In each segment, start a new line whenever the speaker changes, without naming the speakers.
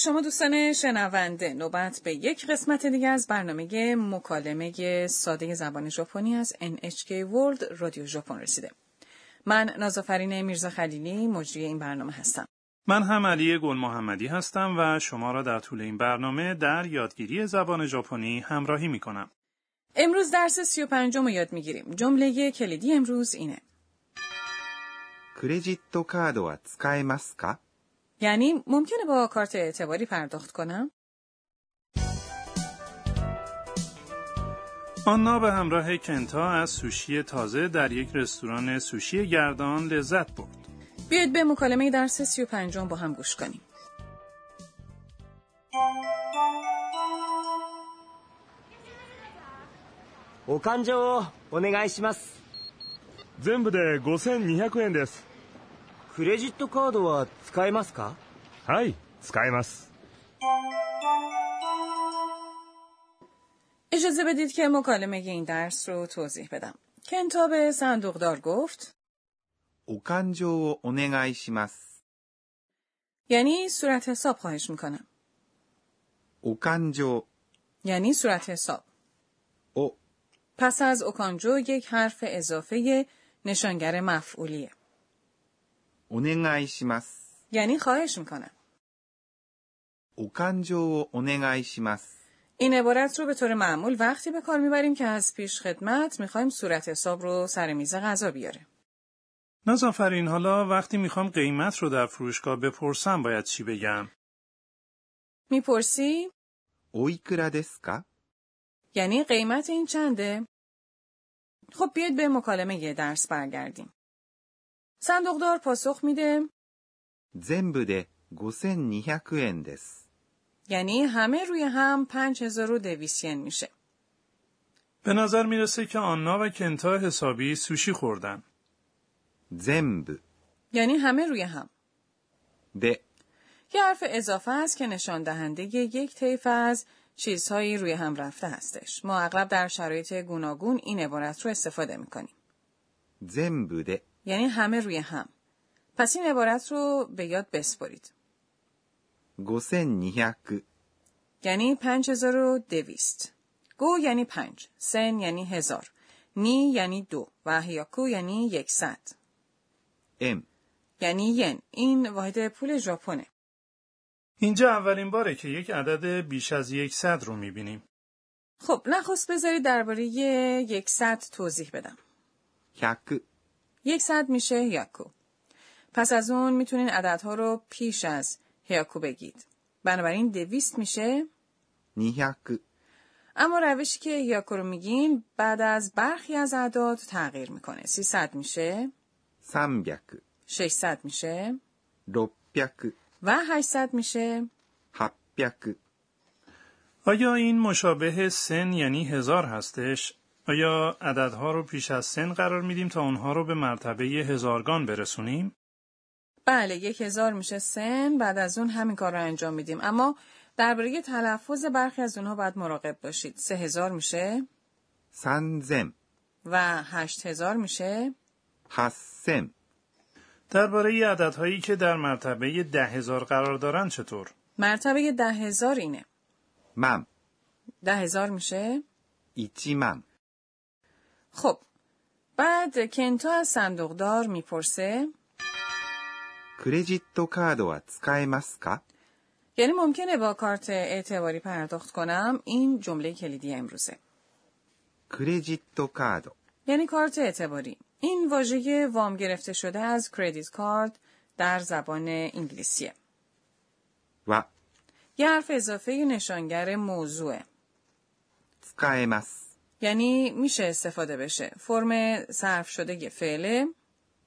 شما دوستان شنونده نوبت به یک قسمت دیگه از برنامه مکالمه ساده زبان ژاپنی از NHK World رادیو ژاپن رسیده. من نازافرین میرزا خلیلی مجری این برنامه هستم.
من هم علی گل محمدی هستم و شما را در طول این برنامه در یادگیری زبان ژاپنی همراهی می کنم.
امروز درس 35 رو یاد میگیریم. جمله کلیدی امروز اینه.
クレジットカードは使えますか
یعنی ممکنه با کارت اعتباری پرداخت کنم؟
آنا به همراه کنتا از سوشی تازه در یک رستوران سوشی گردان لذت برد.
بیاید به مکالمه درس 35 با هم گوش کنیم.
お勘定をお願いします
全部で5200円です
クレジットカードは使えますか
はい使えます
اجازه بدید که مکالمه این درس رو توضیح بدم. کنتا به صندوقدار گفت
お勘定をお願いします。
یعنی صورت حساب خواهش میکنم.
お勘定
یعنی صورت حساب.
を
پس از اوکانجو یک حرف اضافه نشانگر مفعولیه.
お願いします。
یعنی خواهش میکنم.
お勘定をお願いします。
این عبارت رو به طور معمول وقتی به کار میبریم که از پیش خدمت میخوایم صورت حساب رو سر میز غذا بیاره.
نازافرین حالا وقتی میخوام قیمت رو در فروشگاه بپرسم باید چی بگم؟
میپرسی؟
おいくらですか
یعنی قیمت این چنده؟ خب بیاید به مکالمه یه درس برگردیم. صندوقدار پاسخ میده
全部で5200円です。
یعنی همه روی هم 5200 ین میشه.
به نظر میرسه که آنا و کنتا حسابی سوشی خوردن.
全部
یعنی همه روی هم.
で
یه حرف اضافه است که نشان دهنده یک طیف از چیزهایی روی هم رفته هستش. ما اغلب در شرایط گوناگون این عبارت رو استفاده میکنیم.
全部で
یعنی همه روی هم. پس این عبارت رو به یاد بسپرید.
5200
یعنی 5200. گو یعنی پنج، سن یعنی هزار، نی یعنی دو و هیاکو یعنی یکصد.
円
یعنی ین این واحد پول ژاپنه.
اینجا اولین باره که یک عدد بیش از یکصد رو میبینیم.
خب نخست بذارید درباره یکصد توضیح بدم.
100
یکصد میشه هیاکو. پس از اون میتونین عددها رو پیش از هیاکو بگید. بنابراین دویست میشه
200
اما روشی که هیاکو رو میگین بعد از برخی از اعداد تغییر میکنه. 300 میشه،
300
600 میشه
600
و 800 میشه.
800
آیا این مشابه سن یعنی هزار هستش؟ آیا عددها رو پیش از سن قرار میدیم تا اونها رو به مرتبه هزارگان برسونیم؟
بله یک هزار میشه سن بعد از اون همین کار رو انجام میدیم اما درباره تلفظ برخی از اونها باید مراقب باشید. سه هزار میشه
3000
و هشت هزار میشه
8000
درباره عددهایی که در مرتبه ده هزار قرار دارن چطور؟
مرتبه ده هزار اینه.
万
ده هزار میشه؟
1万
خب بعد کنتا از صندوقدار میپرسه
クレジットカードは使えますか
یعنی ممکنه با کارت اعتباری پرداخت کنم این جمله کلیدی امروزه
クレジットカード
یعنی کارت اعتباری این واژه وام گرفته شده از کردیت کارت در زبان انگلیسیه
は
یه حرف اضافه نشانگر موضوعه
使えます。
یعنی میشه استفاده بشه فرم صرف شده فعله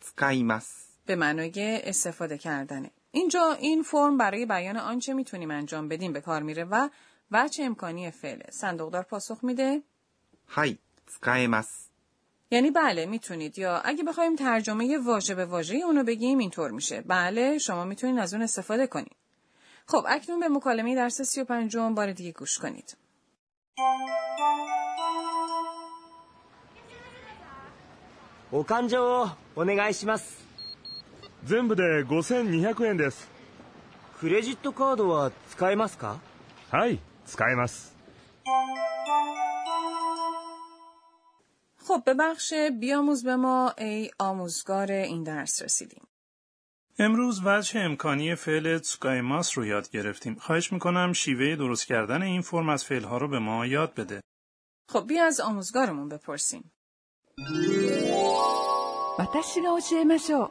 使います。
به معنای استفاده کردنه. اینجا این فرم برای بیان آنچه میتونیم انجام بدیم به کار میره و وچه امکانی فعله. صندوقدار پاسخ میده
はい、使えます。
یعنی بله میتونید یا اگه بخوایم ترجمه واژه به واژه اونو بگیم اینطور میشه. بله شما میتونید از اون استفاده کنید. خب اکنون به مکالمه درس 35 بار دیگه گوش کنید.
お勘定をお願いします
全部で5200円です
クレジットカードは使えますか
はい使えます
خب به بخش بیاموز به ما ای آموزگار این درس رسیدیم.
امروز وجه امکانی فعل تسکایماس رو یاد گرفتیم. خواهش میکنم شیوه درست کردن این فرم از فعلها رو به ما یاد بده.
خب بیا از آموزگارمون بپرسیم.
私が教えましょう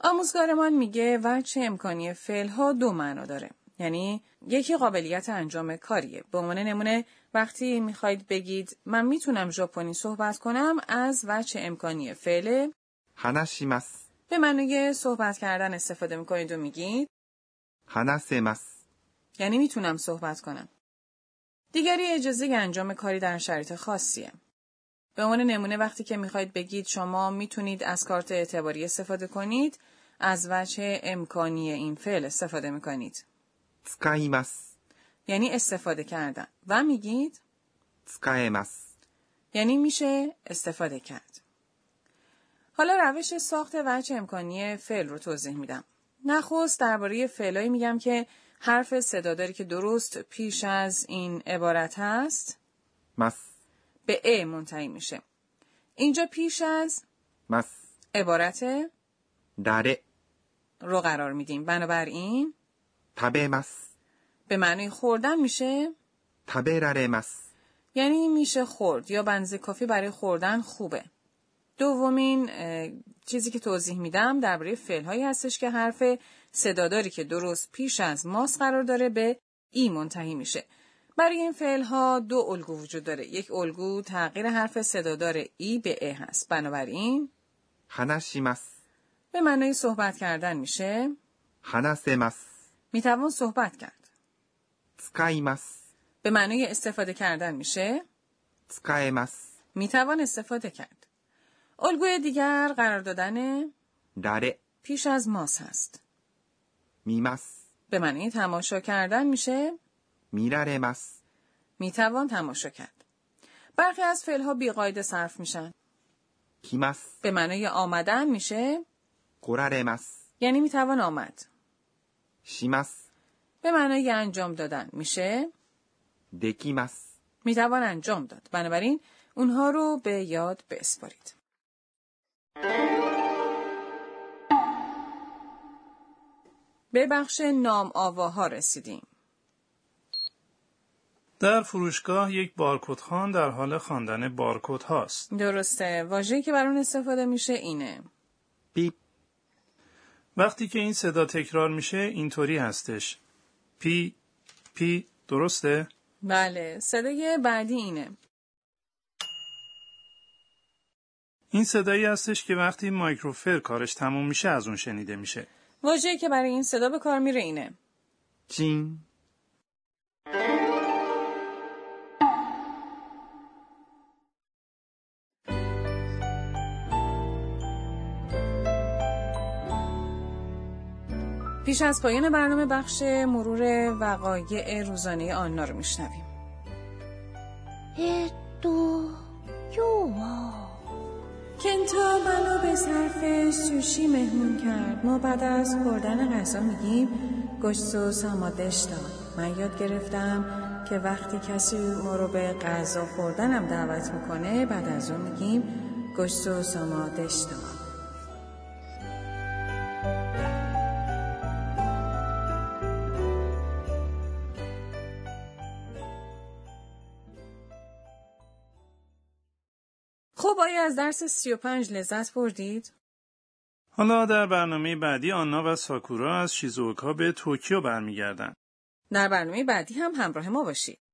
آموزگارمان میگه وجه امکانی فعلها دو معنا داره. یعنی یکی قابلیت انجام کاریه. به عنوان نمونه وقتی میخواید بگید من میتونم ژاپنی صحبت کنم از وجه امکانی فعله
話します。
به معنی صحبت کردن استفاده میکنید و میگید
話せます。
یعنی میتونم صحبت کنم. دیگری اجازه انجام کاری در شرایط خاصیه. به عنوان نمونه وقتی که میخواید بگید شما میتونید از کارت اعتباری استفاده کنید از وجه امکانی این فعل استفاده میکنید.
使います。
یعنی استفاده کردن و میگید
使えます。
یعنی میشه استفاده کرد. حالا روش ساخت وجه امکانی فعل رو توضیح میدم. نخست درباره فعلایی میگم که حرف صداداری که درست پیش از این عبارت هست
ます。
به ا منتهی میشه. اینجا پیش از
ます。
عبارت
誰、
رو قرار میدیم. بنابراین
食べます。
به معنی خوردن میشه
食べられます。
یعنی میشه خورد یا بنزه کافی برای خوردن خوبه. دومین اه، چیزی که توضیح میدم درباره فعل هایی هستش که حرف صداداری که درست پیش از ماس قرار داره به ای منتهی میشه. برای این فعل ها دو الگو وجود داره. یک الگو تغییر حرف صدادار ای به ا هست. بنابراین
話します。
به معنای صحبت کردن میشه
話せます。
میتوان صحبت کرد.
使います。
به معنای استفاده کردن میشه
使えます。
میتوان استفاده کرد. الگوی دیگر قرار دادن
誰、
پیش از ماس هست.
見ます。
به معنی تماشا کردن میشه
見られます。
میتوان تماشا کرد. برخی از فعلها بیقاعده صرف میشن.
来ます。
به معنای آمدن میشه
来られます。
یعنی میتوان آمد.
します。
به معنای انجام دادن میشه
できます。
میتوان انجام داد. بنابراین اونها رو به یاد بسپارید. به بخش نام آواها رسیدیم.
در فروشگاه یک بارکدخوان در حال خواندن بارکد هاست.
درسته. واژه‌ای که بر اون استفاده میشه اینه.
ピッ、
وقتی که این صدا تکرار میشه اینطوری هستش. پی پی درسته؟
بله، صدای بعدی اینه.
این صدایی هستش که وقتی مایکروفر کارش تموم میشه از اون شنیده میشه.
واژه‌ای که برای این صدا به کار میره اینه.
チン、
پیش از پایان برنامه بخش مرور وقایع روزانه آنا رو میشنویم.
えーっと、今日は、
کنتا منو به صرف سوشی مهمون کرد ما بعد از خوردن غذا میگیم گشت و سامادش داد من یاد گرفتم که وقتی کسی ما رو به غذا خوردنم دعوت میکنه بعد از اون میگیم گشت و سامادش داد خب آیا از درس 35 لذت بردید؟
حالا در برنامه بعدی آنا و ساکورا از شیزوکا به توکیو برمیگردن.
در برنامه بعدی هم همراه ما باشید